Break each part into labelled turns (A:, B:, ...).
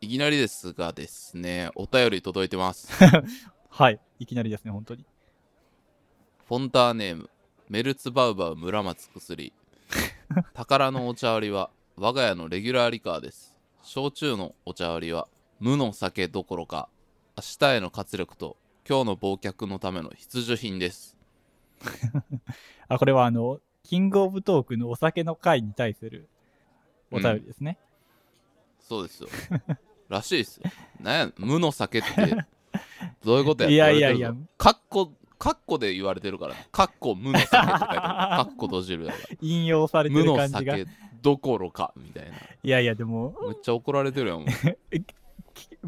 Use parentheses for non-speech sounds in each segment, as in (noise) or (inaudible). A: いきなりですがですね、お便り届いて
B: (laughs)
A: ます。
B: はい。いきなりですね、本当に。
A: フォンターネーム、メルツバウバウ村松
B: (laughs)
A: 薬。宝のお茶割りは、我が家のレギュラーリカーです。焼酎のお茶割りは、無の酒どころか、明日への活力と、今日の忘却のための必需品です。
B: あ、これはあの、キングオブトークのお酒の会に対するお便りですね。
A: そうです
B: (laughs)
A: よ。らしいですよ。なんや、無の酒って、どういうことや
B: いやいやい
A: 言わ
B: や
A: れてるぞ、かっこ、かっこで言われてるから、かっこ無の酒って書いてある。かっこ閉じるやから。
B: 引用されて
A: 無
B: る
A: の
B: 感じが。い
A: 酒どころか、みたいな。
B: やいや、でも、
A: めっちゃ怒られてるやん、も (laughs) う。
B: え、今日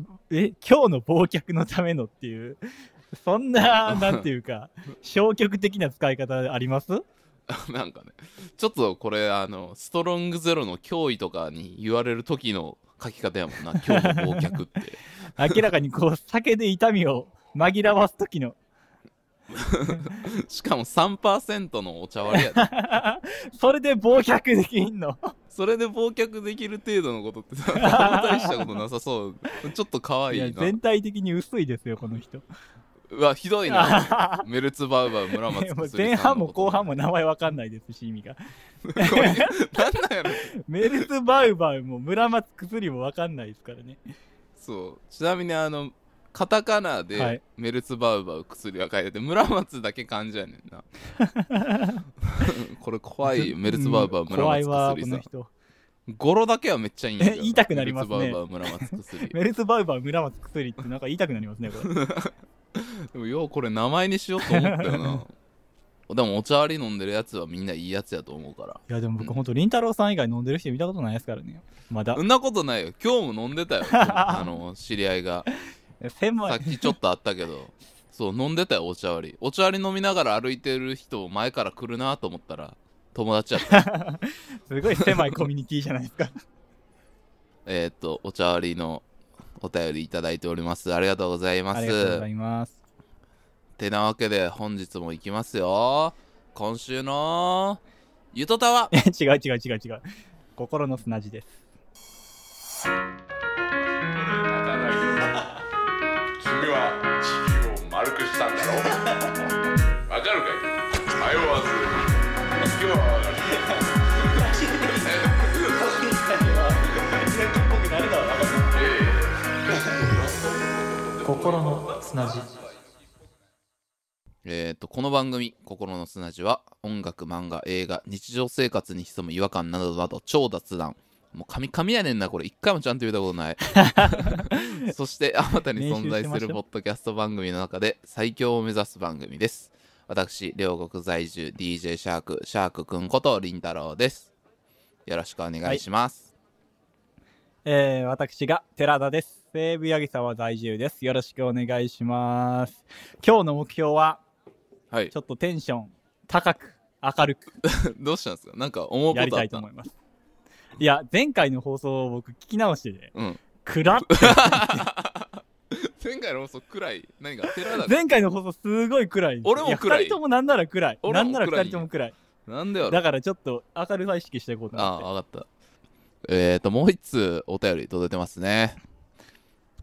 B: の忘却のためのっていう、そ
A: (laughs)
B: んな、なんていうか、消極的な使い方あります
A: なんかねちょっとこれあのストロングゼロの脅威とかに言われる時の書き方やもんな今日の忘却って
B: (laughs) 明らかにこう、酒で痛みを紛らわす時の。
A: しかも3%のお茶割りやで
B: それで忘却できんの。
A: それで忘却できる程度のことってさ大したことなさそうちょっと可
B: い
A: 愛
B: や、
A: いな
B: 全体的に薄いですよ、この人。
A: うわひ
B: (laughs)
A: どいなメルツバウバー村松
B: もう
A: 薬
B: 前
A: さ
B: 半
A: んの
B: も
A: こと (laughs)
B: 後半も名前わかんないですし、意味が。
A: これなんなんやろ
B: メルツバウバウも村松薬もわかんないですからね。
A: そうちなみにあのカタカナ
B: は
A: で
B: い
A: メルツバウバウ薬は書いてて、村松だけ漢字やねん
B: (laughs)
A: なこれ怖いよメルツバウバウ
B: うん
A: 村
B: 怖いわ、
A: 松薬さ
B: この
A: ん
B: 人。
A: 語呂だけはめっちゃいいんやけど
B: 言いたくなりますね
A: メルツバウバウ村松
B: (laughs)
A: 薬
B: メルツバウバウ村松薬ってなんか言いたくなりますね、
A: (laughs)
B: これ。
A: でもようこれ名前にしようと思ったよなでもお茶割り飲んでるやつはみんないいやつやと思うから
B: いや、でも僕ほんと、りんたろーさん以外飲んでる人見たことないですからね。ま
A: (laughs)
B: だ
A: そ。んなことないよ今日も飲んで
B: (laughs)
A: たよあの知り合いが
B: 狭
A: さっ
B: い。
A: きちょっとあったけどそう飲んでたよお茶割りお茶割り飲みながら歩いてる人前から来るなと思ったら友達やった
B: (laughs) すごい狭いコミュニティじゃないですか。
A: えーっとお茶割りのお便りいただいておりますありがとうございま
B: ありがとうござ
A: す
B: います。
A: てなわけで本日も行きますよ今週のゆとたわ
B: (laughs) 違う違う違う違う。心の砂地です。
C: 君は地球を丸くしたんだろわかるかい迷
B: (laughs)
C: わず今日は
B: 心の砂地。
A: えーっとこの番組「心の砂地」は音楽漫画映画日常生活に潜む違和感などなど超雑談もうカミカミやねんなこれ一回もちゃんと言ったことない (laughs) そしてあまたに存在
B: 練習してますしょ
A: るポッドキャスト番組の中で最強を目指す番組です。私、両国在住 DJ シャーク、シャークくんことりんたろうです。よろしくお願いします。
B: えー、私が寺田です。西武八木沢在住です。よろしくお願いします。今日の目標は、
A: はい。
B: ちょっとテンション高く、明るく
A: (laughs) どうしたんですかなんか思う
B: や
A: こ
B: り
A: とあ
B: た
A: っ
B: いと
A: た
B: 思います。いや、前回の放送を僕聞き直してね、
A: うん。
B: 暗っ
A: (laughs) 前回の放送くらい、何か寺だ。
B: 前回の放送すごい暗いんですよ。
A: 俺も暗い
B: や二人ともなんなら暗い。
A: 俺
B: な
A: も
B: ん
A: 暗
B: ないら二人とも暗い。
A: なんでやろ
B: だからちょっと明るさ意識していこうと
A: ああ、
B: 思って。
A: わかった。えーと、もう一通お便り届いてますね。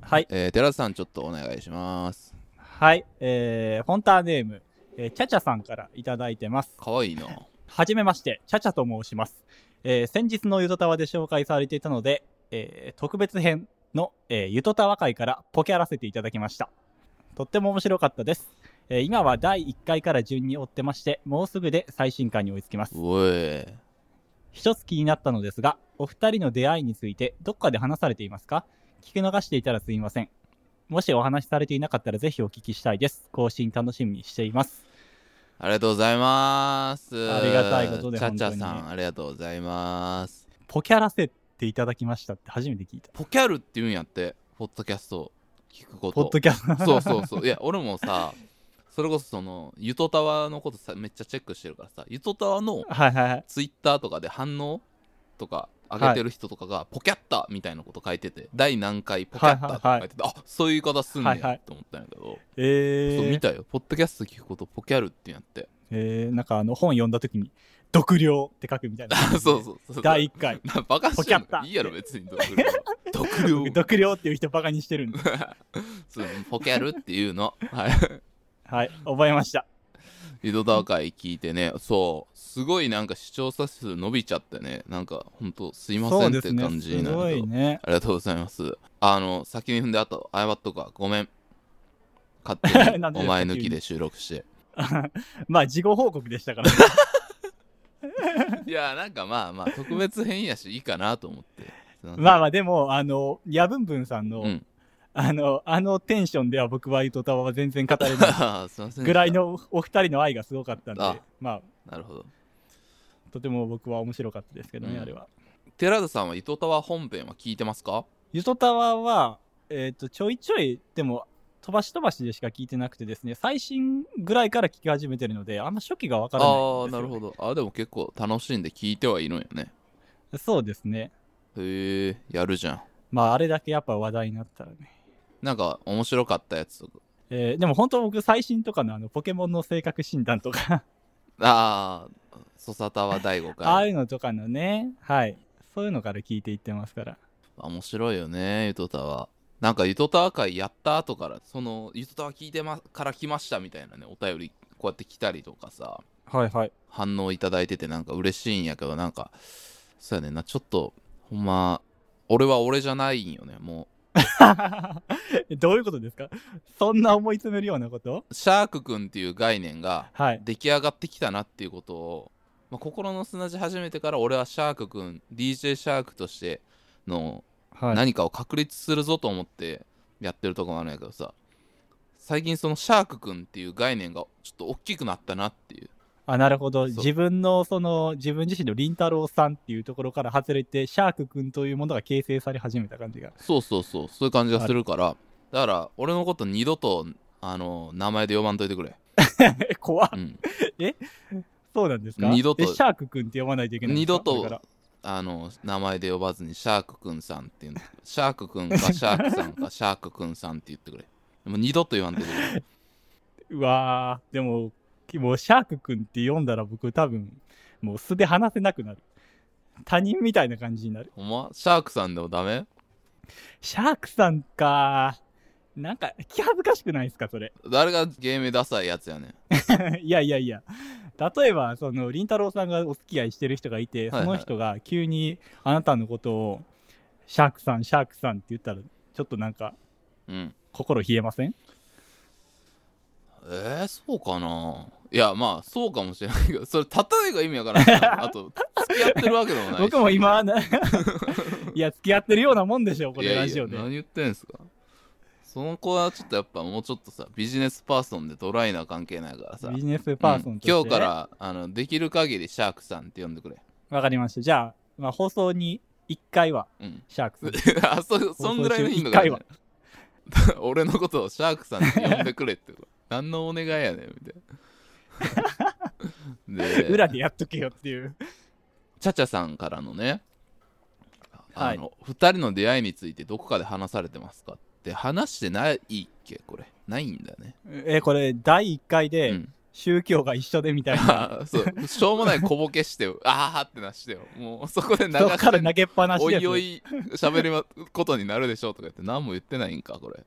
B: はい。
A: えー、寺田さんちょっとお願いします。
B: はい。えー、フォンターネーム、えー、チャチャさんからいただいてます。
A: かわいいな。
B: はじめまして、チャチャと申します。えー先日のゆとたわで紹介されていたので、えー特別編の、えーゆとたわ会からポケあらせていただきました。とっても面白かったです。えー今は第1回から順に追ってまして、もうすぐで最新回に追いつきます。
A: おい。
B: 一つ気になったのですが、お二人の出会いについてどっかで話されていますか聞き逃していたらすいません。もしお話しされていなかったらぜひお聞きしたいです。更新楽しみにしています。
A: ありがとうございます。
B: ありがたいことで
A: チャチャ
B: 本
A: さ
B: 当
A: ん、
B: に
A: ありがとうございます。
B: ポケあらせっていただきましたって初めて聞いた。
A: ポキャルって言うんやって、ポッドキャストを聞くこと。
B: ポッドキャスト。
A: そうそうそう。いや、俺もさ、それこそその、ゆとたわのことさ、めっちゃチェックしてるからさ、ゆとたわの
B: はいはいはい。
A: ツイッターとかで反応とか上げてる人とかが、ポキャッタみたいなこと書いてて、第何回ポキャッタって書いてて、あそういう言い方すんねん
B: はいはい
A: と思ったんやけど、
B: え
A: そう見
B: ー、
A: たよ。ポッドキャスト聞くこと、ポキャルって言うんやって。
B: えー、なんかあの本読んだ時に、毒量って書くみたいな
A: (laughs) 。そうそうそう。
B: 第1回。
A: (laughs) なバカし
B: ポ
A: て
B: キャ
A: ん
B: ッタ (laughs)
A: のいいやろ別に毒量は毒毒量
B: 僕毒量っていう人バカにしてるん
A: (laughs)
B: で
A: そうポケるっていうのはい
B: はい覚えました
A: 井戸田会聞いてねそうすごいなんか視聴者数伸びちゃってねなんかほんとすいませんって感じにな
B: すご
A: る
B: い
A: と、
B: ね
A: ありがとうございますあの先に踏んであと謝っとくわごめん勝手に
B: (laughs) なんで
A: お前抜きで収録
B: (laughs)
A: して
B: まあ事後報告でし
A: (laughs)
B: たから、
A: いやなんかまあまあ特別編やしいいかなと思って
B: (laughs) ま
A: あ
B: あまあでもあのヤブンブンさんの、
A: うん (laughs)
B: あのあのテンションでは僕はゆとたわは全然語れ
A: (laughs)
B: ない
A: すいません
B: ぐらいのお二人の愛がすごかったんで
A: あ
B: まあ
A: なるほど
B: とても僕は面白かったですけどね、
A: うん
B: あれは
A: 寺田さんは糸タワー本編は聞いてますか
B: ゆとたわはえっ、とちょいちょいでも飛ばし飛ばしでしか聞いてなくてですね最新ぐらいから聞き始めてるのであんま初期がわからないんですよ
A: ああなるほどあでも結構楽しんで聞いてはいるんよね
B: そうですね
A: へえやるじゃん
B: まああれだけやっぱ話題になったらね
A: なんか面白かったやつとか
B: えーでも本当僕最新とかのあのポケモンの性格診断とか、
A: ああソサタワ第5
B: ああ
A: 回
B: いうのとかのねはいそういうのから聞いていってますから
A: 面白いよねゆとたわなんかゆとたわ会やった後からそのゆとたわ聞いてまから来ましたみたいなねお便りこうやって来たりとかさ
B: はいはい
A: 反応いただいててなんか嬉しいんやけどなんかそうやねんなちょっとほんま俺は俺じゃないんよねも
B: (laughs) どういうことですかそんな思い詰めるようなこと
A: うシャークくんっていう概念が
B: はい
A: 出来上がってきたなっていうことを、まあ、心の砂地始めてから俺はシャークくん DJ シャークとしての
B: はい
A: 何かを確立するぞと思ってやってるとこもあるんやけどさ最近そのシャークくんっていう概念がちょっと大きくなったなっていう
B: あなるほど
A: そう
B: 自分のその自分自身のりんたろうさんっていうところから外れてシャークくんというものが形成され始めた感じが (laughs)
A: そうそうそうそういう感じがするからだから俺のこと二度とあの名前で呼ばんといてくれ、
B: え怖っ
A: うん、
B: そうなんですか
A: 二度と
B: えシャークくんって読まないといけないんで
A: 二
B: すか
A: 度
B: これから
A: とあの名前で呼ばずにシャークくんさんっていうのシャークく (laughs) んかシャークさんかシャークくんさんって言ってくれもう二度と言わんといてくれ
B: うわーでももうシャークくんって読んだら僕多分もう素で話せなくなる他人みたいな感じになる
A: ほんまシャークさんでもダメ
B: シャークさんかなんか気恥ずかしくないですかそれ
A: 誰がゲームダサいやつやねん
B: (laughs) いやいやいや例えばそのりんたろーさんがお付き合いしてる人がいて
A: はいは
B: そ
A: い
B: の人が急にあなたのことをシャークさんシャークさんって言ったらちょっとなんか
A: うん
B: 心冷えません
A: えー、そうかないやまあそうかもしれないけどそれ例えが意味わからないあと付き合ってるわけでもないし
B: 僕
A: (laughs)
B: も今ないや付き合ってるようなもんでしょこれラジオ
A: い
B: で
A: やいや何言ってんすかその子はちょっとやっぱもうちょっとさビジネスパーソンでドライな関係ないからさ
B: ビジネスパーソンとして、
A: うん今日からあのできる限りシャークさんって呼んでくれ
B: わかりました。じゃあ、まあ、放送に1回は
A: うん
B: シャークさん。
A: あそそんぐらいの頻度があるね俺のことをシャークさんって呼んでくれってこと何のお願いやねんみたいなで
B: 裏でやっとけよっていう。
A: チャチャさんからのねあ
B: はい
A: の、2人の出会いについてどこかで話されてますかって話してないっけこれないんだよね、
B: え、これ、第1回
A: う
B: で
A: ん
B: 宗教が一緒でみたいな。
A: あーそうしょうもない小ボケしてよあーってなしてよもうそこ (laughs) で流
B: 人
A: し
B: から
A: て
B: 投げっぱなし
A: お
B: で
A: いおい喋ることになるでしょうとか言って何も言ってないんかこれ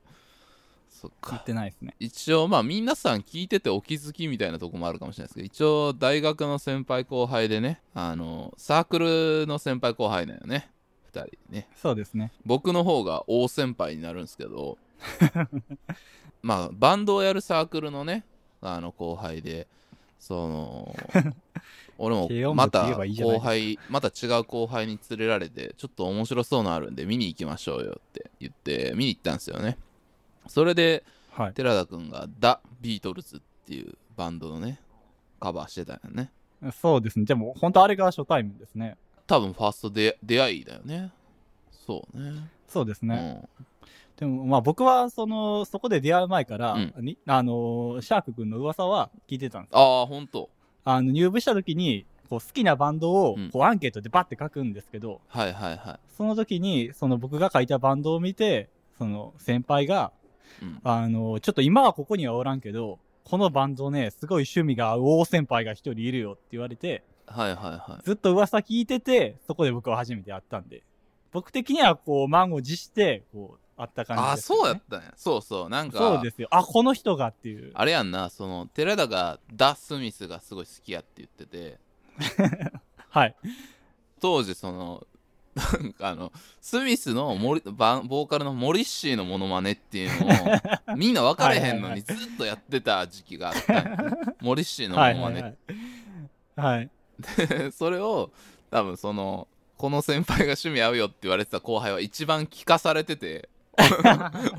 A: そっ
B: 言
A: か
B: ってないですね。
A: 一応まあ皆さん聞いててお気づきみたいなとこもあるかもしれないですけど一応大学の先輩後輩でねあのサークルの先輩後輩だよね2人ね
B: そうですね。
A: 僕の方が大先輩になるんですけ
B: (laughs)
A: どまあバンドをやるサークルのねあの後輩でそ
B: (laughs)
A: の俺
B: 軽
A: も
B: 音
A: ま
B: 部って
A: た
B: 言えばいいじゃない
A: 後
B: ですか
A: 輩また違う後輩に連れられてちょっと面白そうのあるんで見に行きましょうよって言って見に行ったんですよねそれで
B: はい。
A: 寺田くんが「ダ・ビートルズ」っていうバンドのねカバーしてたよね
B: そうですね。でも、本当あれが初対面ですね。
A: 多分ファーストで出会いだよねそうね
B: そうですね。
A: ね、
B: でも、まあ僕は、その、そこで出会う前から、
A: うん
B: にあのーシャーク君の噂は聞いてたんです
A: うん、ああほんと
B: あの、入部した時に、こう好きなバンドを
A: うん
B: こうアンケートでバッて書くんですけど、
A: はいはいはい
B: その時に、その僕が書いたバンドを見て、その先輩が、
A: うん
B: あの、ちょっと今はここにはおらんけど、このバンドね、すごい趣味が合う大先輩が一人いるよって言われて、
A: はいはいは
B: ずっと噂聞いてて、そこで僕は初めて会ったんで、僕的にはこう満を持してこうあった感じ
A: ああ
B: ですよ
A: そうや
B: ね
A: ったんやそうそうなんか
B: そうですよあこの人がっていう
A: あれやんなその寺田がダ・スミスがすごい好きやって言ってて
B: はい
A: 当時その (laughs) なんかあのスミスのモリバンボーカルのモリッシーのモノマネっていう
B: (laughs)
A: のをみんな分かれへんのにずっとやってた時期があったんよ
B: (laughs)
A: モリッシーのモ
B: はい
A: ノマ
B: は
A: ネ
B: い
A: っ
B: は
A: て
B: いはい
A: (laughs) それを多分そのこの先輩が趣味合うよって言われてた後輩は一番聞かされて
B: (laughs)
A: て (laughs)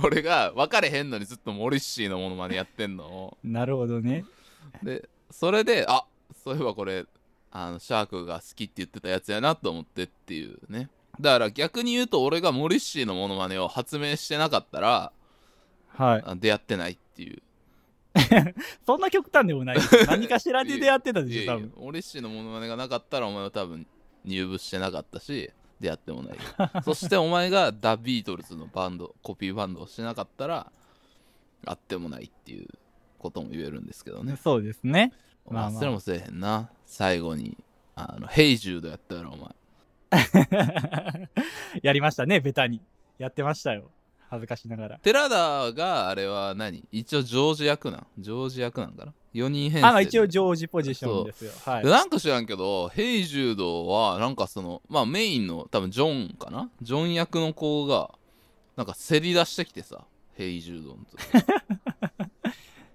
A: 俺が分かれへんのにずっとモリッシーのモノマネやってんのを
B: なるほどね
A: でそれであそういえばこれあのシャークが好きって言ってたやつやなと思ってっていうねだから逆に言うと俺がモリッシーのモノマネを発明してなかったら
B: はい
A: あ出会ってないっていう
B: そんな極端でもないです
A: (laughs)
B: 何かしらで出会ってたで
A: いやい
B: しょ
A: や
B: 多分
A: モリッシーのモノマネがなかったらお前は多分入部してなかったし出会ってもない (laughs) そしてお前がダ・ビートルズのバンドコピーバンドをしてなかったら会ってもないっていうことも言えるんですけどね
B: そうですね (laughs) まあまあ
A: 忘れもせえへんな最後にあのヘイジュードやったやろお前
B: やりましたねベタにやってましたよ恥ずかしながら
A: 寺田があれは何一応ジョージ役なんジョージ役なんかな4人編成
B: あまあ一応ジョージポジションですよはい
A: でなんか知らんけどヘイジュードはなんかそのまあメインの多分ジョンかなジョン役の子がなんか競り出してきてさヘイジュードの
B: (laughs)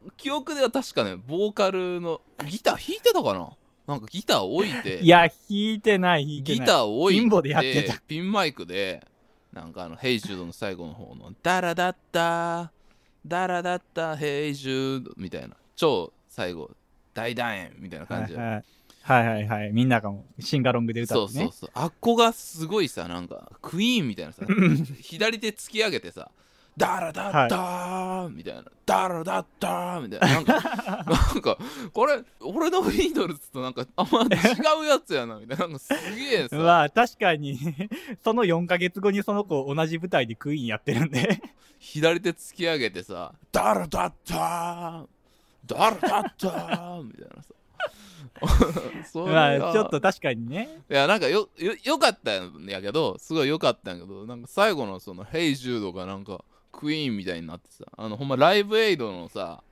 A: 時記憶では確かねボーカルのギター弾いてたかななんかギター置いて
B: (laughs) いや弾いてない弾いて
A: ギ
B: ない
A: ターを置いて
B: 貧乏でやってた
A: ピンマイクでなんかあのヘイジュードの最後の方の「ダラダッタダラダッタヘイジュード」みたいな超最後大団円みたいな感じで、
B: はいはい、はいはいはいみんながもうシンガロングで歌って
A: そ
B: ね
A: うそうそうあっこがすごいさなんかクイーンみたいなさ左手突き上げてさ「ダラダッタみたいな「ダラダッタみたいななん
B: (laughs)
A: かなんかこれ俺のビートルズとなんかあんま違うやつやなみたいななんかすげえさ
B: まあ確かに (laughs) その4ヶ月後にその子同じ舞台でクイーンやってるんで
A: 左手突き上げてさ「ダラダッターダラ (laughs) ダッター」みたいなさ (laughs) それが
B: まあちょっと確かにね
A: いやなんかよよよかったんやけどすごいよかったんやけどなんか最後のその「ヘイジュード」がなんかクイーンみたいになってさあのほんまライブエイドのさ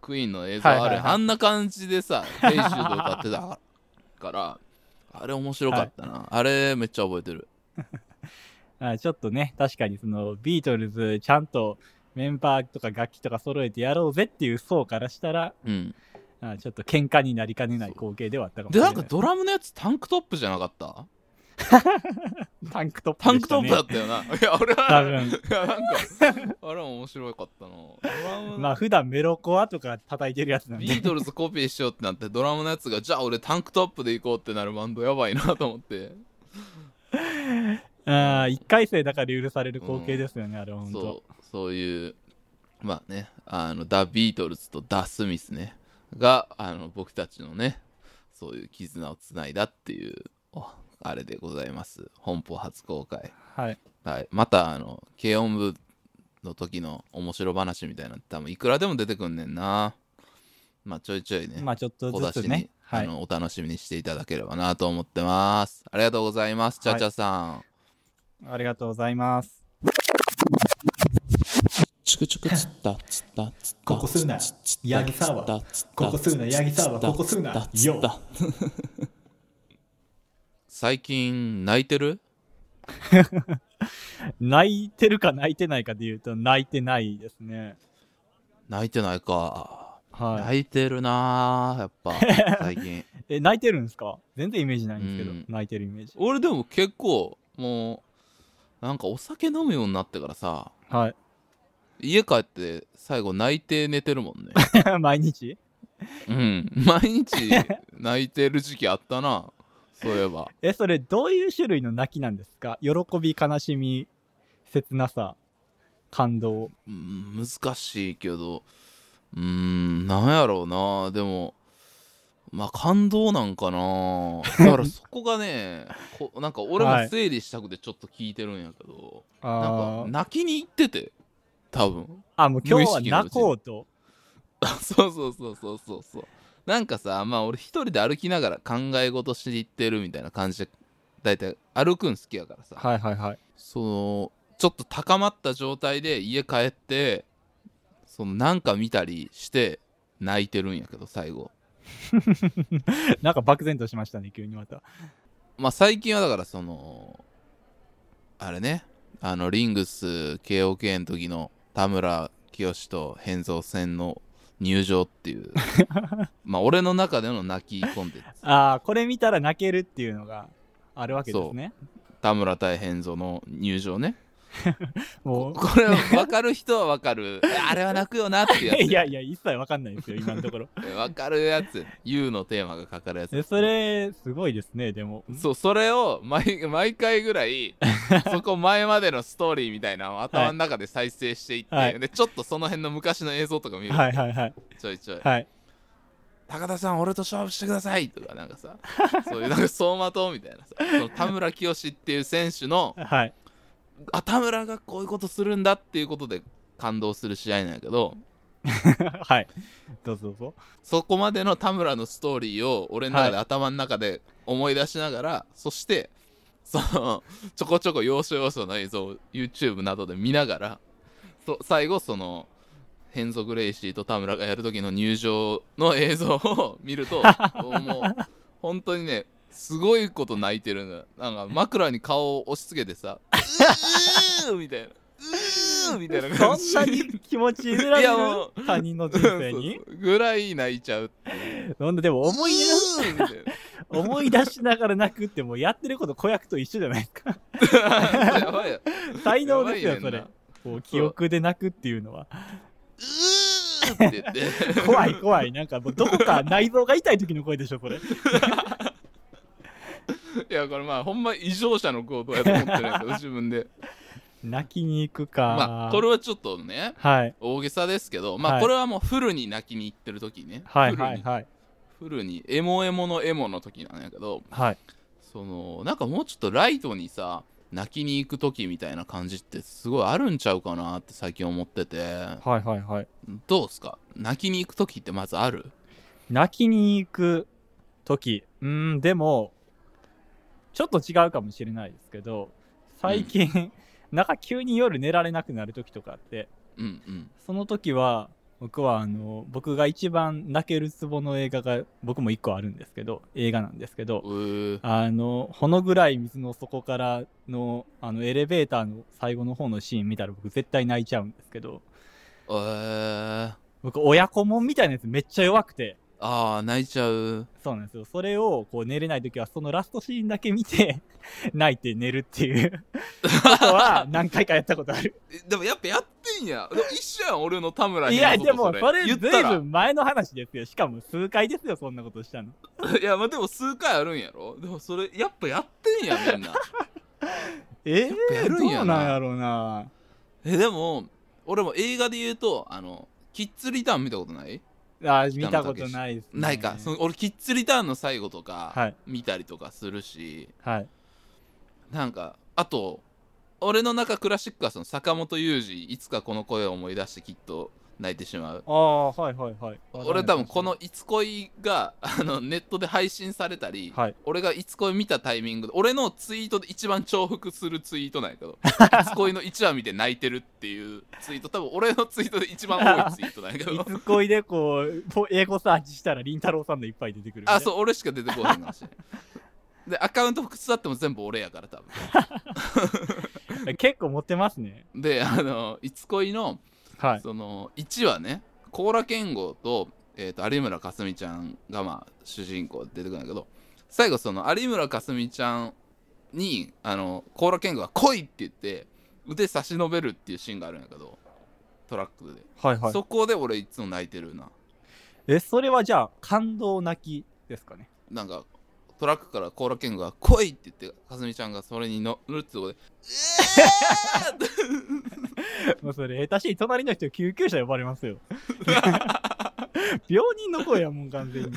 A: クイーンの映像ある、
B: はいはいはい
A: あんな感じでさ「ヘイジュード」歌ってたからあれ面白かったな、あれめっちゃ覚えてる
B: あちょっとね確かにそのビートルズちゃんとメンバーとか楽器とか揃えてやろうぜっていう層からしたら
A: うん
B: あちょっと喧嘩になりかねない光景ではあったかもし
A: で
B: れな
A: ないんかドラムのやつタンクトップじゃなかった
B: タンクトップで
A: タン
B: し
A: ク
B: た
A: ト
B: ね
A: ップだったよな。いや、俺は。
B: 多分
A: いや、なんか、あれは面白かったな。ドラム
B: まあ普段メロコアとか叩いてるやつなんで
A: ビートルズコピーしようってなって、ドラムのやつが、じゃあ俺タンクトップで行こうってなるバンドやばいなと思って。
B: あ1回生だから許される光景ですよね、あれは本当
A: そう、そういう、まあね、あの、ダ・ビートルズとダ・スミスね、が、あの、僕たちのね、そういう絆をつないだっていう、おあれでございます。本邦初公開。
B: はい
A: はい、またあの軽音部の時の面白話みたいなの多分いくらでも出てくんねんなまあちょいちょいね、
B: まあちょっと
A: 小
B: ず
A: 出し
B: つ
A: に、
B: ねは
A: あ
B: い
A: のお楽しみにしていただければなと思ってますありがとうございますチャチャさん、
B: ありがとうございます
A: チクチクつったつったつった
D: ここすんなヤギサワーここすんなヤギサワーここすんなよ
A: 最近泣いてる
B: 泣いてるか泣いてないかで言うと泣いてないですね
A: 泣いてないか、
B: はい
A: 泣いてるなやっぱ
B: (laughs)
A: 最近
B: え泣いてるんですか全然イメージないんですけど、
A: うん
B: 泣いてるイメージ
A: 俺でも結構もうなんかお酒飲むようになってからさ
B: はい
A: 家帰って最後泣いて寝てるもんね
B: 毎日
A: うん毎
B: (laughs)
A: 日泣いてる時期あったなそういえば
B: えそれどういう種類の泣きなんですか喜び悲しみ切なさ感動
A: うん難しいけどうーんなんやろうなでもまあ感動なんかなだからそこがねこなんか俺
B: は
A: も
B: い
A: 整理したくてちょっと聞いてるんやけど、
B: あ
A: なんか
B: ー
A: 泣きに行ってて多分 (laughs)
B: あもう今
A: 無
B: 日は
A: 意識のうち
B: 泣
A: に
B: こうと
A: あそうそうそうそうそうそうなんかさまあ俺一人で歩きながら考え事しに行ってるみたいな感じで大体歩くん好きやからさ、
B: はいはいはい
A: そのちょっと高まった状態で家帰ってそのなんか見たりして泣いてるんやけど最後
B: なんか漠然としましたね、急にまた。
A: まあ最近はだからそのあれねあのリングス KOK の時の田村清と変造戦の入場って
B: (laughs)
A: いうまあ俺の中での泣きコンテンツ
B: ああ、これ見たら泣けるっていうのがあるわけですね。
A: 田村対変造の入場ね
B: もう、
A: これは分かる人は分かるあれは泣くよなっていうやつ
B: いやいや、一切わかんないですよ、今のところ。
A: 分かるやつ YOU のテーマがかかるや
B: え
A: つ
B: それ、すごいですね、でも。
A: そうそれを毎 (laughs) 毎回ぐら
B: (laughs)
A: いそこ前までのストーリーみたいなのを頭の中で再生していって、
B: はい
A: でちょっとその辺の昔の映像とか見る、
B: はいはいはい。
A: ちょいちょい、
B: はい。
A: 高田さん俺と勝負してください」とかなんかさそういうなんか走馬灯みたいなさその田村清っていう選手の
B: はい。 (laughs)
A: あ田村がこういうことするんだっていうことで感動する試合なんやけど
B: はい。どうぞどうぞ。
A: そこまでの田村のストーリーを俺の中で、頭の中で思い出しながらそしてそのちょこちょこ要所要所の映像を YouTube などで見ながらそ最後その変則レイシーと田村がやる時の入場の映像を見
B: (laughs)
A: るともう本当にねすごいこと泣いてるんだなんか枕に顔を押し付けてさ「うー」みたいな「うー」みたいな感じ
B: そんなに気持ち入れられ
A: いやも
B: る他人の人生に
A: (laughs) そうそうぐらい泣いちゃう
B: そんな、でも思い出し、
A: うーみたいな
B: 思い出しながら泣くって、もうやってること子役と一緒じゃないです
A: (laughs)
B: か。
A: やばいよ
B: 才能ですよ、
A: やば
B: そ
A: いねん
B: れ
A: な。
B: こう、記憶で泣くっていうのは。
A: うーって言って
B: 怖い怖い。なんかもう、どこか内臓が痛い時の声でしょ、これ。
A: (laughs) いやこれまあほんま異常者の行動やと思ってるんですよ自分で
B: 泣きに行くか。
A: まあこれはちょっとね
B: はい。
A: 大げさですけどま
B: は
A: あ
B: い
A: これはもうフルに泣きに行ってる時ね
B: はいはいはい。
A: フルにフルにエモエモのエモの時なんやけど
B: はい。
A: そのなんかもうちょっとライトにさ泣きに行く時みたいな感じってすごいあるんちゃうかなって最近思ってて
B: はいはいはい。
A: どうすか泣きに行く時ってまずある
B: 泣きに行く時うーん、でも、ちょっと違うかもしれないですけど、最近、なんか急に夜寝られなくなる時とかあって、
A: うんうん
B: その時は、僕はあの、僕が一番泣けるツボの映画が、僕も一個あるんですけど、映画なんですけど、
A: うー
B: あの、ほのぐらい水の底からの、あの、エレベーターの最後の方のシーン見たら僕絶対泣いちゃうんですけど、
A: えー、
B: 僕親子もんみたいなやつめっちゃ弱くて、
A: ああ泣いちゃう
B: そうなんですよ。それを、こう寝れないときは、そのラストシーンだけ見て、 (laughs) 泣いて寝るっていう
A: (laughs)
B: ことは、何回かやったことある。
A: えでもやっぱやってんやでも一緒やん俺の田村
B: い
A: に
B: や、でも、それ、ず
A: 言
B: い
A: ったら
B: ぶん前の話ですよ。しかも、数回ですよ、そんなことしたの。
A: いやまあでも数回あるんやろでもそれやっぱやってんやみんな (laughs)
B: え
A: っぱや
B: ー、
A: るんやな
B: どうなんやろうな。
A: えでも俺も映画で言うとあのキッズリターン見たことない
B: あー、見たことないです、ね。
A: ないか、その俺キッズリターンの最後と
B: は
A: か
B: い
A: 見たりとかするし、
B: はい。
A: なんかあと俺の中クラシックはその坂本雄二いつかこの声を思い出してきっと泣いてしまう
B: ああ、はいはいはい。
A: 俺多分この「いつ恋が」あのネットで配信されたり、
B: はい
A: 俺が「いつ恋」見たタイミングで俺のツイートで一番重複するツイートなんや
B: (laughs)
A: けど「いつ恋」の1話見て泣いてるっていうツイート多分俺のツイートで一番多いツイートなんやけ
B: い
A: ど
B: つ恋でこう、ぽ英語サーチしたら、りんたろうさんのいっぱい出てくる、
A: あそう
B: う。
A: 俺しか出てこへんかもしれないでアカウント複数あっても全部俺やから多分
B: 結構持ってますね。
A: であの「いつ恋の」
B: はい。
A: その1話ね高良健吾と,、えー、と有村架純ちゃんがまあ主人公で出てくるんだけど最後その有村架純ちゃんにあの高良健吾が「来い!」って言って腕差し伸べるっていうシーンがあるんやけどトラックで、
B: はいはい。
A: そこで俺いつも泣いてるな
B: え、それはじゃあ、感動泣きですかね。
A: なんかトラックから高良健吾が「来い!」って言って架純ちゃんがそれに乗るってことで (laughs)
B: もうそれ、下手しい隣の人、救急車呼ばれますよ。病人の声やもん、完全に。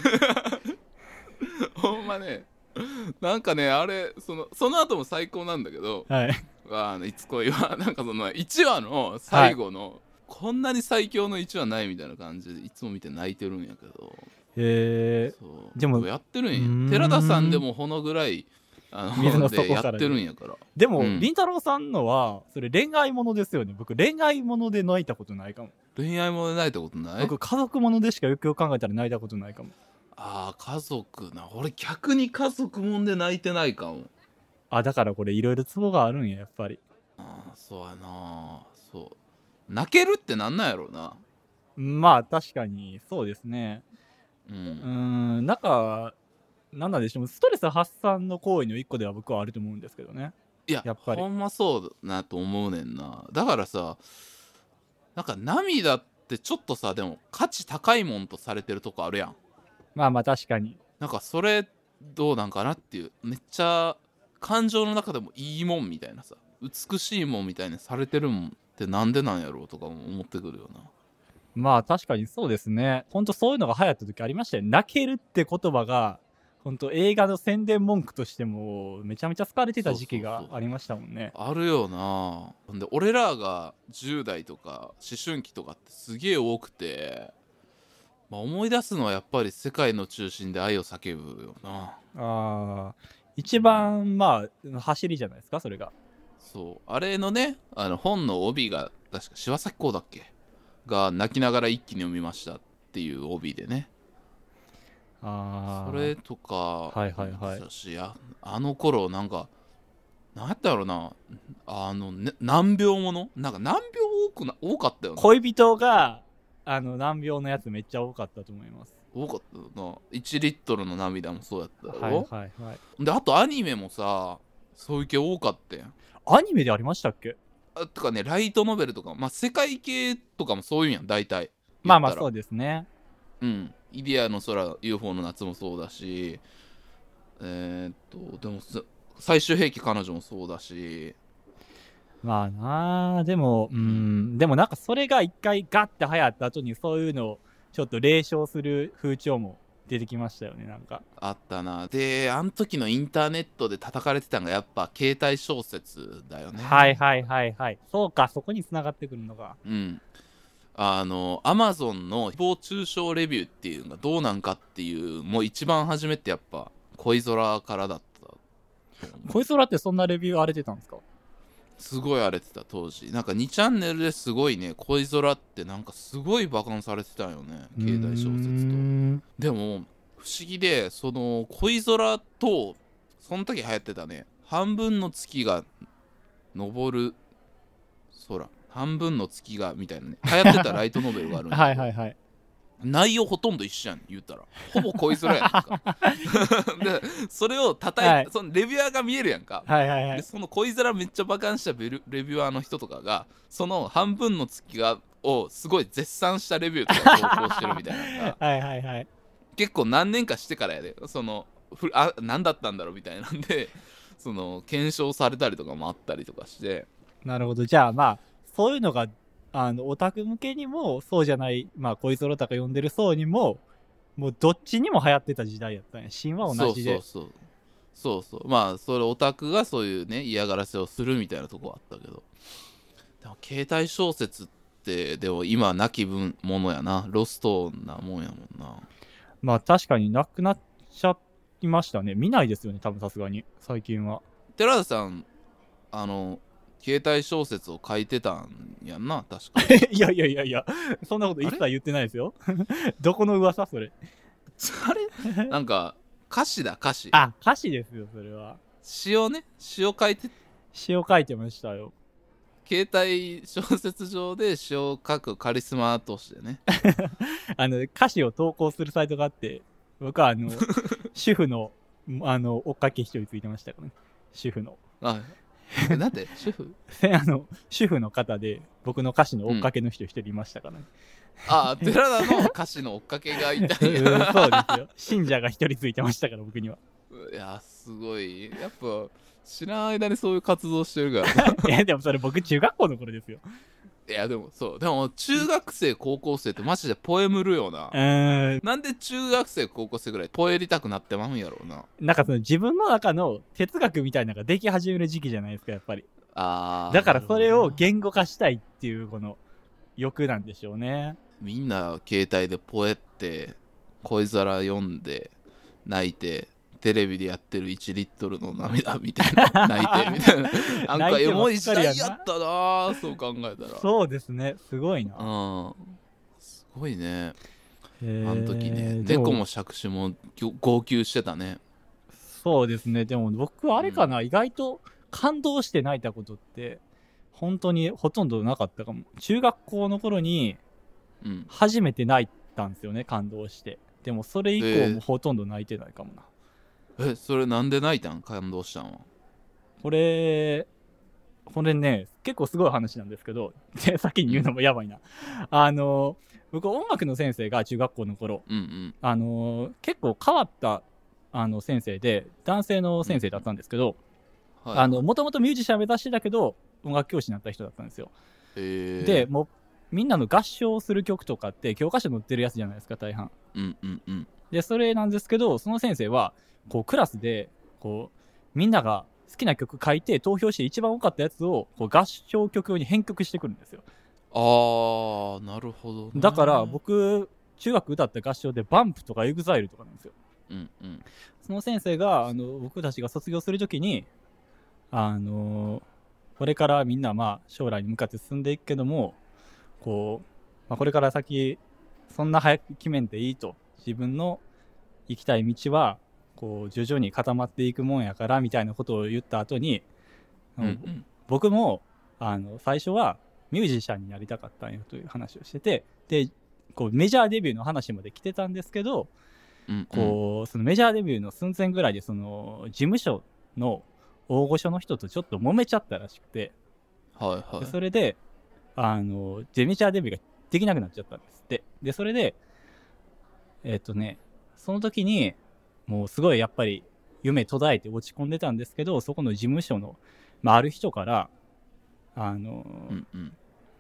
A: ほんまねなんかねあれそのその後も最高なんだけど
B: はい。
A: あのいつ恋はなんかその1話の最後の、こんなに最強の1話ないみたいな感じでいつも見て泣いてるんやけど
B: え
A: そう
B: でも
A: やってる
B: うー
A: ん
B: ん
A: や寺田さんでもこのぐらいあ
B: 水の底
A: でや
B: から
A: っ
B: ね
A: てるんやから
B: でも、
A: うん
B: りんたろーさんのは、それ恋愛ものですよね。僕、恋愛もので泣いたことないかも。
A: 恋愛もないってことない
B: 僕、家族ものでしかよくよく考えたら泣いたことないかも。
A: あー家族な俺逆に家族もんで泣いてないかも
B: あ、だからこれ、いろいろツボがあるんや、やっぱり。
A: あーそうやなそう泣けるってなんなんやろうな
B: まあ、確かに、そうですね。
A: う
B: うんーん、なんか、なんなんでしょう。ストレス発散の行為の一個では僕はあると思うんですけどね。
A: いや
B: やっぱり
A: ほんまそうだなと思うねんなだからさなんか涙ってちょっとさでも価値高いもんとされてるとこあるやん
B: まあまあ、確かに。
A: なんかそれどうなんかなっていうめっちゃ感情の中でもいいもんみたいなさ美しいもんみたいにされてるもんってなんでなんやろうとかも思ってくるよな
B: まあ、確かにそうですね。ほんと、そういうのが流行った時ありましたよ。泣けるって言葉が、ほんと、映画の宣伝文句としても、めちゃめちゃ使われてた時期
A: そう
B: が
A: そうそう
B: ありましたもんね。
A: あるよなほんで俺らが10代とか思春期とかってすげえ多くて、まあ、思い出すのはやっぱり世界の中心で愛を叫ぶよな
B: ああ、一番、まあ、走りじゃないですか、それが。
A: そうあれのねあの本の帯が確か柴咲コウだっけが泣きながら一気に読みましたっていう帯でね
B: ああ、
A: それとか
B: はいはいはい
A: だしああの頃なんかなんやったろうなあの、ね、難病ものなんか難病多くな多かったよね
B: 恋人が、あの、難病のやつめっちゃ多かったと思います。
A: 多かったよな1リットルの涙もそうやったよ、
B: はいはいはい。
A: であとアニメもさそういう系多かったやん
B: アニメでありましたっけ
A: あとかねライトノベルとかまあ世界系とかもそういうんやん大体
B: まあまあそううですね。
A: うんイディアの空 UFO の夏もそうだしえー、っとでもさ最終兵器彼女もそうだし
B: まあなあ、でも、うん、でもなんかそれが一回ガッて流行った後にそういうのをちょっと冷笑する風潮も出てきましたよね、なんか。
A: あったなであの時のインターネットで叩かれてたのがやっぱ携帯小説だよね
B: はいはいはいはい。そうか、そこに繋がってくるのが。
A: うん、あのアマゾンの誹謗中傷レビューっていうのがどうなんかっていうもう一番初めってやっぱ恋空からだった
B: 恋空ってそんなレビュー荒れてたんですか
A: すごい荒れてた当時なんか2チャンネルですごいね恋空ってなんかすごいバカンされてたよね携帯小説と
B: と。
A: でも不思議でその恋空とその時流行ってたね半分の月が昇る空半分の月がみたいなね流行ってたライトノベルがあるんだけど
B: (laughs) はいはいはい。
A: 内容ほとんど一緒やん言うたらほぼ恋空やん
B: (laughs)
A: かでそれを叩い、
B: はい
A: そのレビュアーが見えるやんか、
B: はいはいは
A: で
B: い。
A: その恋空めっちゃバカンしたベルレビュアーの人とかがその半分の月がをすごい絶賛したレビューとかを投稿してるみたいなのが
B: (laughs) はいはいはい。
A: 結構何年かしてからやでそのふあ何だったんだろうみたいなんでその検証されたりとかもあったりとかして
B: なるほど。じゃあまあ、そういうのが、あの、オタク向けにも、そうじゃない、まあ、恋空とか呼んでる層にも、もうどっちにも流行ってた時代やったんや。神話同じ
A: そう
B: で。
A: そうそうそうそうまあそれオタクがそういうね嫌がらせをするみたいなとこはあったけどでも携帯小説ってでも今なき分ものやなロストなもんやもんな
B: まあ、確かになくなっちゃいましたね。見ないですよね、多分さすがに。最近は。 (laughs)
A: 寺田さんあの携帯小説を書いてたんやんな確か
B: (laughs) いやいやいやいや、そんなこと一切言ってないですよ。 (laughs) どこの噂それ。
A: あれなんか歌詞だ歌詞
B: あ、歌詞ですよ、それは。
A: 詩をね詩を書いて
B: 詩を書いてましたよ。
A: 携帯小説上で詩を書くカリスマとして
B: (laughs)
A: ね
B: あの、歌詞を投稿するサイトがあって、僕はあ (laughs) の、主婦の、あの、追っかけ一人ついてましたからね。主婦の。 (laughs)
A: あえなんで主婦
B: せあの、主婦の方で、僕の歌詞の追っかけの人一人いました (laughs) からね。
A: ああ、寺田の歌詞の追っかけがいた
B: うんん
A: や。
B: そうですよ。信者が一人ついてましたから、僕には。
A: いや、すごい。やっぱ、知らん間にそういう活動してるから。
B: え、でもそれ僕中学校の頃ですよ。
A: いや、でも、そう。でも、中学生、高校生ってマジでポエムるよな
B: う。ーん。
A: なんで中学生、高校生ぐらいポエりたくなってまうんやろうな。
B: なんかその自分の中の哲学みたいなのができ始める時期じゃないですか、やっぱり。
A: ああ。
B: だからそれを
A: なるほどな
B: 言語化したいっていう、この、欲なんでしょうね。
A: みんな、携帯でポエって、恋皿読んで、泣いて、テレビでやってる1リットルの涙みたい
B: (laughs)
A: な泣いてみたいななんか
B: 泣い
A: エ
B: てばっかりやな
A: モい時代やったなそう考えたら
B: そうですねすごいなあ
A: うんすごいねあ
B: の
A: の時ね猫も杓子もぎょ号泣してたね
B: そうですねでも僕あれかな、意外と感動して泣いたことって本当にほとんどなかったかも中学校の頃に
A: うん
B: 初めて泣いたんですよね感動してでもそれ以
A: え
B: 降
A: ー
B: もほとんど泣いてないかもな、
A: えそれなんで泣いたん感動したんは
B: これこれね結構すごい話なんですけど (laughs) で先に言うのもやばいなあの僕音楽の先生が中学校の頃
A: うんうん
B: あの結構変わったあの先生で男性の先生だったんですけど、
A: はい
B: あの、もともとミュージシャン目指してたけど、音楽教師になった人だったんですよ。
A: えー、
B: で、もう、みんなの合唱する曲とかって、教科書に載ってるやつじゃないですか、大半。
A: うんうんうん
B: で、それなんですけど、その先生は、こう、クラスで、こう、みんなが好きな曲書いて、投票して一番多かったやつを、こう、合唱曲用に編曲してくるんですよ。
A: あーなるほどね、
B: だから、僕、中学歌った合唱で、バンプとかエグザイルとかなんですよ。
A: うんうん
B: その先生があの僕たちが卒業するときにあのこれからみんなまあ将来に向かって進んでいくけどもこう、まあ、これから先そんな早く決めんでいいと自分の行きたい道はこう徐々に固まっていくもんやからみたいなことを言った後に、
A: うんうん
B: 僕もあの最初はミュージシャンになりたかったんよという話をしててでこうメジャーデビューの話まで来てたんですけど
A: うんうん
B: こう、そのメジャーデビューの寸前ぐらいで、その、事務所の大御所の人とちょっと揉めちゃったらしくて、
A: はいは
B: で
A: い
B: それで、あの、でメジャーデビューができなくなっちゃったんですって。で、それで、えっ、とね、その時に、もうすごいやっぱり夢途絶えて落ち込んでたんですけど、そこの事務所の、まあ、ある人から、あの、
A: うんうん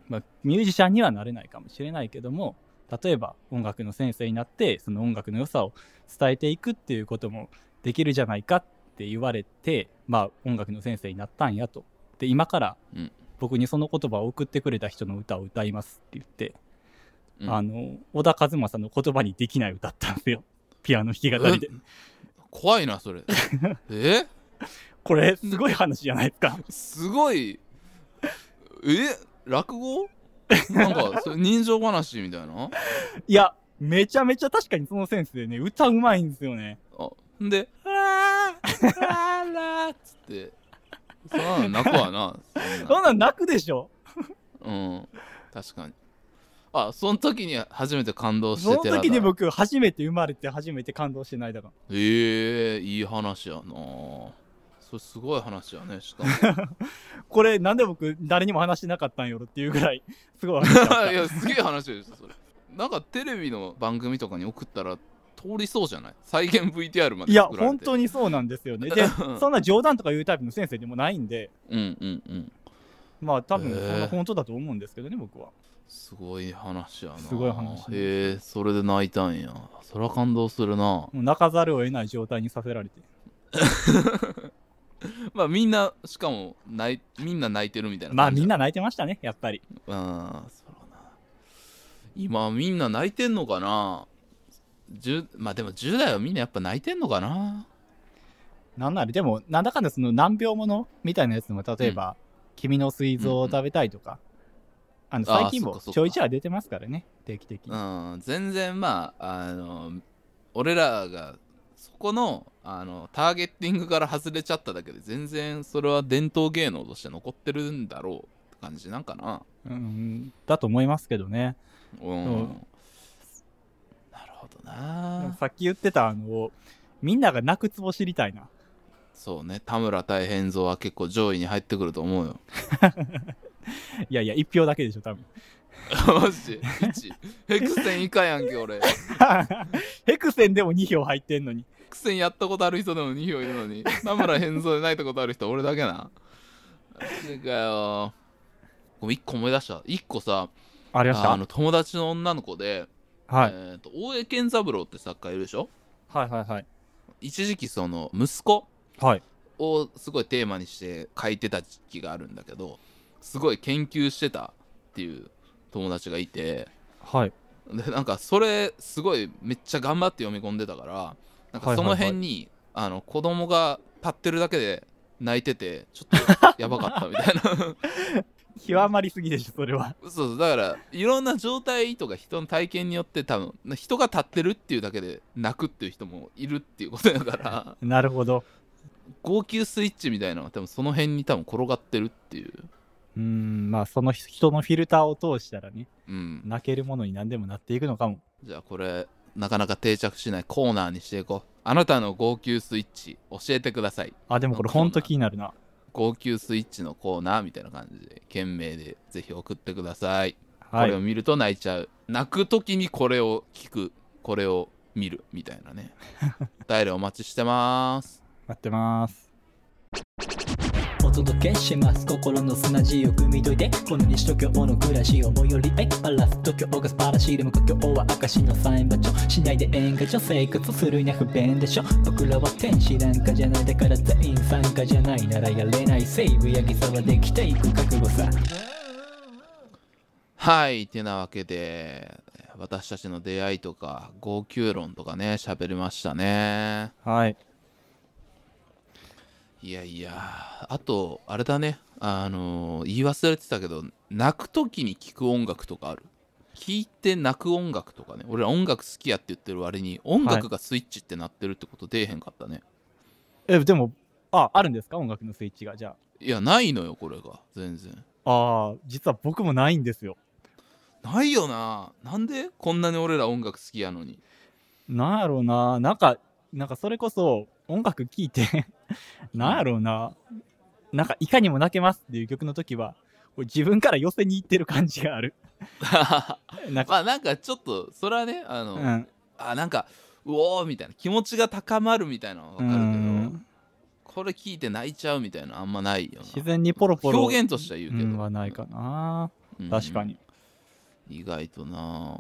B: まあ、ミュージシャンにはなれないかもしれないけども例えば音楽の先生になってその音楽の良さを伝えていくっていうこともできるじゃないかって言われて、まあ、音楽の先生になったんやとで今から
A: うん
B: 僕にその言葉を送ってくれた人の歌を歌いますって言って、
A: うん
B: あの小田和正の言葉にできない歌った
A: (laughs)
B: んですよピアノ弾き語りで、
A: 怖いな
B: (laughs)
A: それえ
B: これすごい話じゃないで
A: (laughs)
B: すか
A: すごいえ落語なんかそれ人情話みたいない
B: やめちゃめちゃ確かにその先生ね歌うまいんですよね
A: あんで「ラーラーラー」っつってそんなの泣くわな
B: そんなん泣くでしょ
A: そんなうん確かにあその時に初めて感動して
B: その
A: 寺田
B: 時に僕初めて生まれて初めて感動してないだから
A: ええいい話やなそれすごい話やねしかも
B: これなんで僕誰にも話してなかったんやろっていうぐらいすごい
A: (laughs) いやすげえ話でしたそれなんかテレビの番組とかに送ったら通りそうじゃない再現 VTR まで
B: (laughs) いや
A: 作られて
B: 本当にそうなんですよ (laughs) ねでそんな冗談とか言うタイプの先生でもないんで
A: うんうんうん
B: まあ多分
A: へ
B: そ
A: ー
B: れが本当だと思うんですけどね僕は
A: すごい話やな
B: すごい話
A: へえそれで泣いたんやそりゃ感動するな
B: もう泣かざるを得ない状態にさせられ (laughs) て
A: まあみんなしかもないみんな泣いてるみたいな
B: まあ
A: 感
B: み
A: じ
B: ん
A: や
B: な泣いてましたねやっぱり
A: うんそうだな今みんな泣いてんのかな10まあでも10代はみんなやっぱ泣いてんのかな
B: なんならでもなんだかんだその難病ものみたいなやつも例えば「君の膵臓を食べたい」とか、あの
A: あー
B: 最近
A: そっ
B: も
A: かそっか
B: ちょいちょい出てますからね定期的に、
A: うん全然まああの俺らがそこのあのターゲッティングから外れちゃっただけで全然それは伝統芸能として残ってるんだろうって感じなんかな
B: うん、だと思いますけどね
A: うん
B: うん
A: なるほどな
B: さっき言ってたあのみんなが泣くツボ知りたいな
A: そうね田村大変蔵は結構上位に入ってくると思うよ
B: いやいや1票だけでしょ多分 (laughs)
A: マジ1ヘクセン以下やんけ俺ヘ
B: ヘクセンでも2票入ってんのに
A: クセンやったことある人でも2票いるの
B: (laughs)
A: に田村変蔵で泣いたことある人俺だけなマジかよ1個思い出した1個さ
B: ありました
A: あの友達の女の子で、
B: はい、
A: えーと大江健三郎って作家いるでしょ
B: はいはいはい
A: 一時期その息子
B: はい
A: をすごいテーマにして書いてた時期があるんだけどすごい研究してたっていう友達がいて
B: はい
A: でなんかそれすごいめっちゃ頑張って読み込んでたからなん
B: は
A: かそ
B: いはいは
A: の
B: い
A: 辺に、あの子供が立ってるだけで泣いててちょっ
B: (laughs)
A: とやばかったみたいな (laughs)
B: 極まりすぎでしょ、それは。
A: そうそうだからいろんな状態とか人の体験によって多分人が立ってるっていうだけで泣くっていう人もいるっていうことだ
B: (laughs)
A: から
B: なるほど。
A: 号泣スイッチみたいなのが多分その辺に多分転がってるっていう、
B: うーん、まあ、その人のフィルターを通したらね、
A: うん、
B: 泣けるものに何でもなっていくのかも。
A: じゃあこれなかなか定着しないコーナーにしていこうあなたの号泣スイッチ教えてください
B: あ、でもこれほんと気になるな。
A: 号泣スイッチのコーナーみたいな感じで件名でぜひ送ってください、
B: は
A: これを
B: い。
A: 見ると泣いちゃう泣く時にこれを聞くこれを見るみたいな
B: (laughs)
A: ねお便りお待ちしてます
B: 待ってます。
E: お届けします心の砂地を汲み解いてこの西東京の暮らしを最寄りへバラす東京が素晴らしいでも故郷は証のサイン場所しないで演歌所生活するには不便でしょ僕らは天使なんかじゃないだから全員参加じゃないならやれないセーブ八木沢できていく覚悟さ
A: はいてなわけで私たちの出会いとか号泣論とかね喋りましたね
B: はい。
A: いやいやあとあれだねあのー言い忘れてたけど泣く時に聴く音楽とかある聴いて泣く音楽とかね俺ら音楽好きやって言ってる割に音楽がスイッチってなってるってこと出えへんかったね、
B: え、でも、あ、あるんですか音楽のスイッチが。じゃ
A: い、やないのよこれが全然
B: あ。ああ、実は僕もないんですよ。
A: ないよななんでこんなに俺ら音楽好きやの
B: (laughs)
A: に
B: なんやろうな。なんか、なんかそれこそ音楽聴いて、 (laughs) なんやろうな。なんかいかにも泣けますっていう曲の時は、こう自分から寄せに行ってる感じがある。なんか、
A: まあなんかちょっとそれはねあの、
B: うん。
A: あなんかうおーみたいな気持ちが高まるみたいなのはわかるけ
B: う
A: ど、
B: ん
A: これ聞いて泣いちゃうみたいなのあんまないよな
B: 自然にポロポロ。
A: 表現としては言うけど、
B: うんはないかな。
A: うん
B: 確かに。
A: 意外とな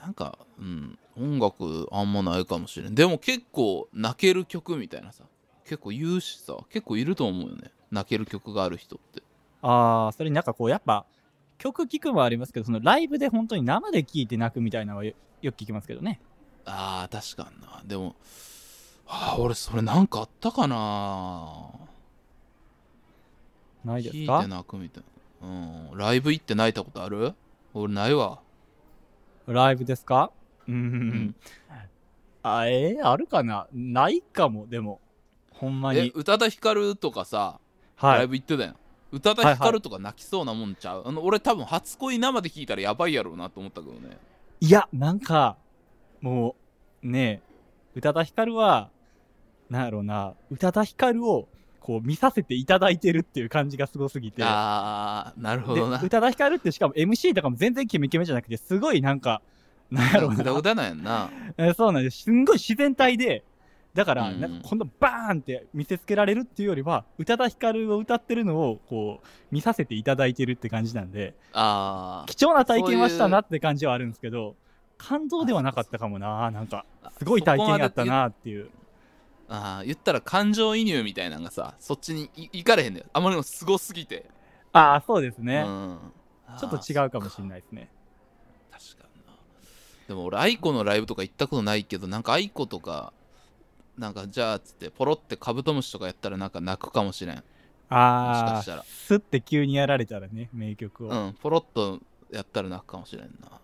A: なんかうん音楽あんまないかもしれんでも結構泣ける曲みたいなさ結構言うしさ結構いると思うよね泣ける曲がある人って
B: ああ、それなんかこう、やっぱ、曲聴くもありますけど、そのライブで本当に生で聴いて泣くみたいなのはよよく聞きますけどね。
A: あー確かになでもあー俺それなんかあったかな
B: ないで
A: 聞
B: す
A: い
B: か
A: て泣くみたいなうんライブ行って泣いたことある俺ないわ
B: ライブですかう
A: うん
B: ん。あ、えー、あるかなないかも、でも。ほんま
A: え
B: に。
A: 宇多田ヒカルとかさ
B: は
A: ライ
B: い。
A: ブ行ってたやん宇多田ヒカルとか泣きそうなもんちゃう、あの俺多分初恋生で聞いたらやばいやろうなと思ったけどね
B: いや、なんか、もう、ねえ、宇多田ヒカルは、なんやろうな、宇多田ヒカルを、こう、見させていただいてるっていう感じがすごすぎて。
A: ああなるほ
B: で
A: どな
B: 宇多田ヒカルってしかも MC とかも全然キメキメじゃなくてすごいなんかなんやろう
A: ぐだ
B: な
A: ぐだなんやんな
B: えそうなんですすんごい自然体でだから
A: うん
B: なんかこんなバーンって見せつけられるっていうよりは宇多田ヒカルを歌ってるのをこう見させていただいてるって感じなんで
A: あー
B: 貴重な体験はしたなって感じはあるんですけど感動ではなかったかもななんかすごい体験やったなっていう
A: あー言ったら感情移入みたいなのがさそっちにい行かれへんのよあまりにもすごすぎて、
B: ああそうです
A: う
B: ね
A: ん、
B: ちょっと違うかもしれないですね
A: あー確かになでも俺愛子のライブとか行ったことないけどなんか愛子とかなんかじゃあっつってポロってカブトムシとかやったらなんか泣くかもしれんもしか
B: あ
A: した
B: あ
A: ら
B: スッて急にやられたらね名曲を、
A: うんポロっとやったら泣くかもしれんな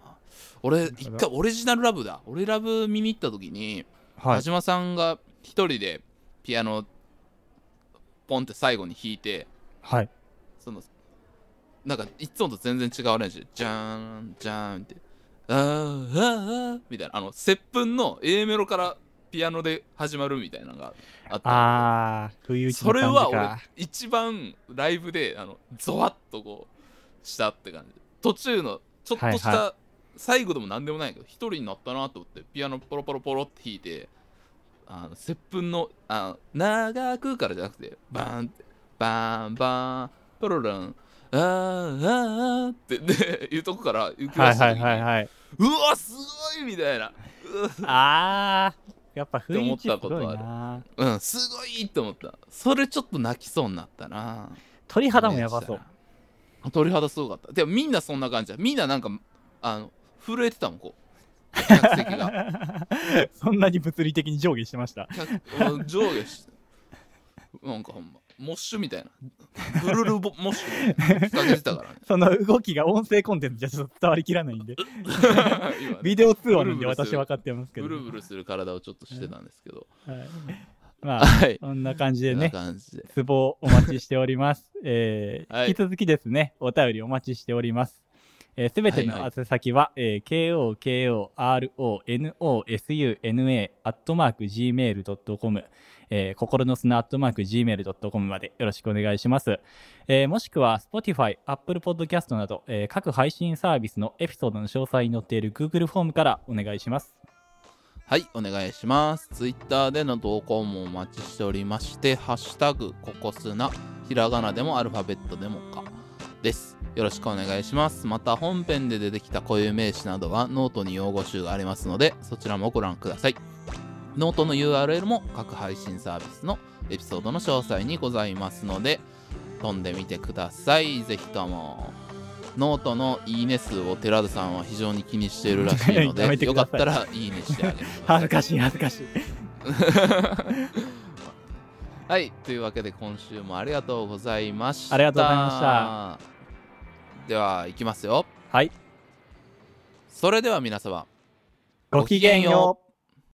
A: 俺
B: ほど
A: 一回オリジナルラブだ俺ラブ見に行った時に
B: は
A: 田
B: い
A: 島さんが一人でピアノポンって最後に弾いて
B: はい
A: そのなんかいつもと全然違うアレンジでジャーンジャーンってあーあーあーみたいなあの接吻の A メロからピアノで始まるみたいなのがあった
B: ああ、不意打ちの
A: それ
B: 感じか。
A: は俺一番ライブであのゾワッとこうしたって感じ途中のちょっとした、
B: はい
A: 最後でも何でもないけど一人になったなと思ってピアノポロポロポロって弾いてあの接吻のあの長くからじゃなくてバーンってバーンバーンポロロンあーあーあーって、ね、いうとこから浮き出
B: はい
A: した
B: は
A: 時
B: い
A: に、
B: はいはい。
A: うわすごいみたいな
B: ああ、やっぱ不意打ちす
A: って思
B: ご
A: ったこ
B: い
A: と
B: な。
A: うんすごいって思ったそれちょっと泣きそうになったな
B: 鳥肌もやばそう。
A: 鳥肌すごかったでもみんなそんな感じだみんななんかあの震えてたもんこう客席が
B: (laughs) そんなに物理的に上下してました。
A: 客うん上下してなんかほんまモッシュみたいなブルルボモッシュみたいな感じてた
B: (laughs)
A: からね
B: その動きが音声コンテンツじゃちょっと伝わりきらない
A: (laughs)
B: んで、
A: 今ね
B: ビデオ通話なんで
A: ブルブルす
B: 私
A: る
B: 分かってますけ
A: ブ
B: ど。
A: ルブルする体をちょっとしてたんですけど
B: はい、まあ、
A: はい
B: そんな感じで
A: そんな
B: ね、
A: 感じで
B: ツボお待ちしております。えー
A: はい
B: 引き続きですね、お便りお待ちしております。えーすべて
A: はい
B: の
A: はい
B: 宛先は、えー KOKORONOSUNA アットマーク Gmail.com、えー心の砂アットマーク Gmail.com までよろしくお願いします。えーもしくは Spotify、Apple Podcast など、えー各配信サービスのエピソードの詳細に載っている Google フォームからお願いします。
A: はい、お願いします。ツイッターでの投稿もお待ちしておりまして、ハッシュタグ、ココスナ、ひらがなでもアルファベットでもか、です。よろしくお願いします。また、本編で出てきた固有名詞などは、ノートに用語集がありますので、そちらもご覧ください。ノートの URL も各配信サービスのエピソードの詳細にございますので、飛んでみてください。ぜひとも。ノートのいいね数を寺田さんは非常に気にしているらしいの
B: やめて
A: で、よ
B: く
A: か
B: だ
A: っ
B: さい
A: たらいいねしてあげてください。
B: 恥ずかしい恥ずかしい。
A: はい、というわけで今週もありがとうございました。
B: ありがとうございま
A: した。では、いきますよ。
B: はい。
A: それでは皆様、
B: ごきげんよう。